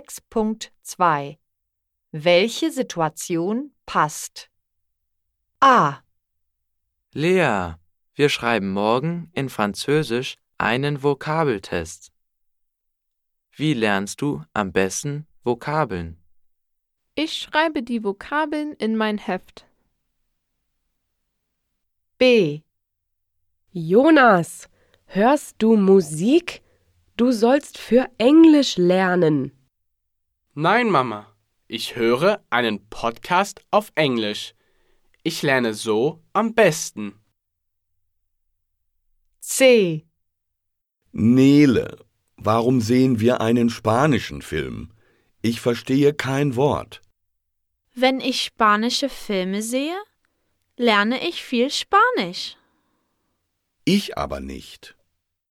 6.2 Welche Situation passt? A. Lea, wir schreiben morgen in Französisch einen Vokabeltest. Wie lernst du am besten Vokabeln? Ich schreibe die Vokabeln in mein Heft. B. Jonas, hörst du Musik? Du sollst für Englisch lernen. Nein, Mama. Ich höre einen Podcast auf Englisch. Ich lerne so am besten. C. Nele, warum sehen wir einen spanischen Film? Ich verstehe kein Wort. Wenn ich spanische Filme sehe, lerne ich viel Spanisch. Ich aber nicht.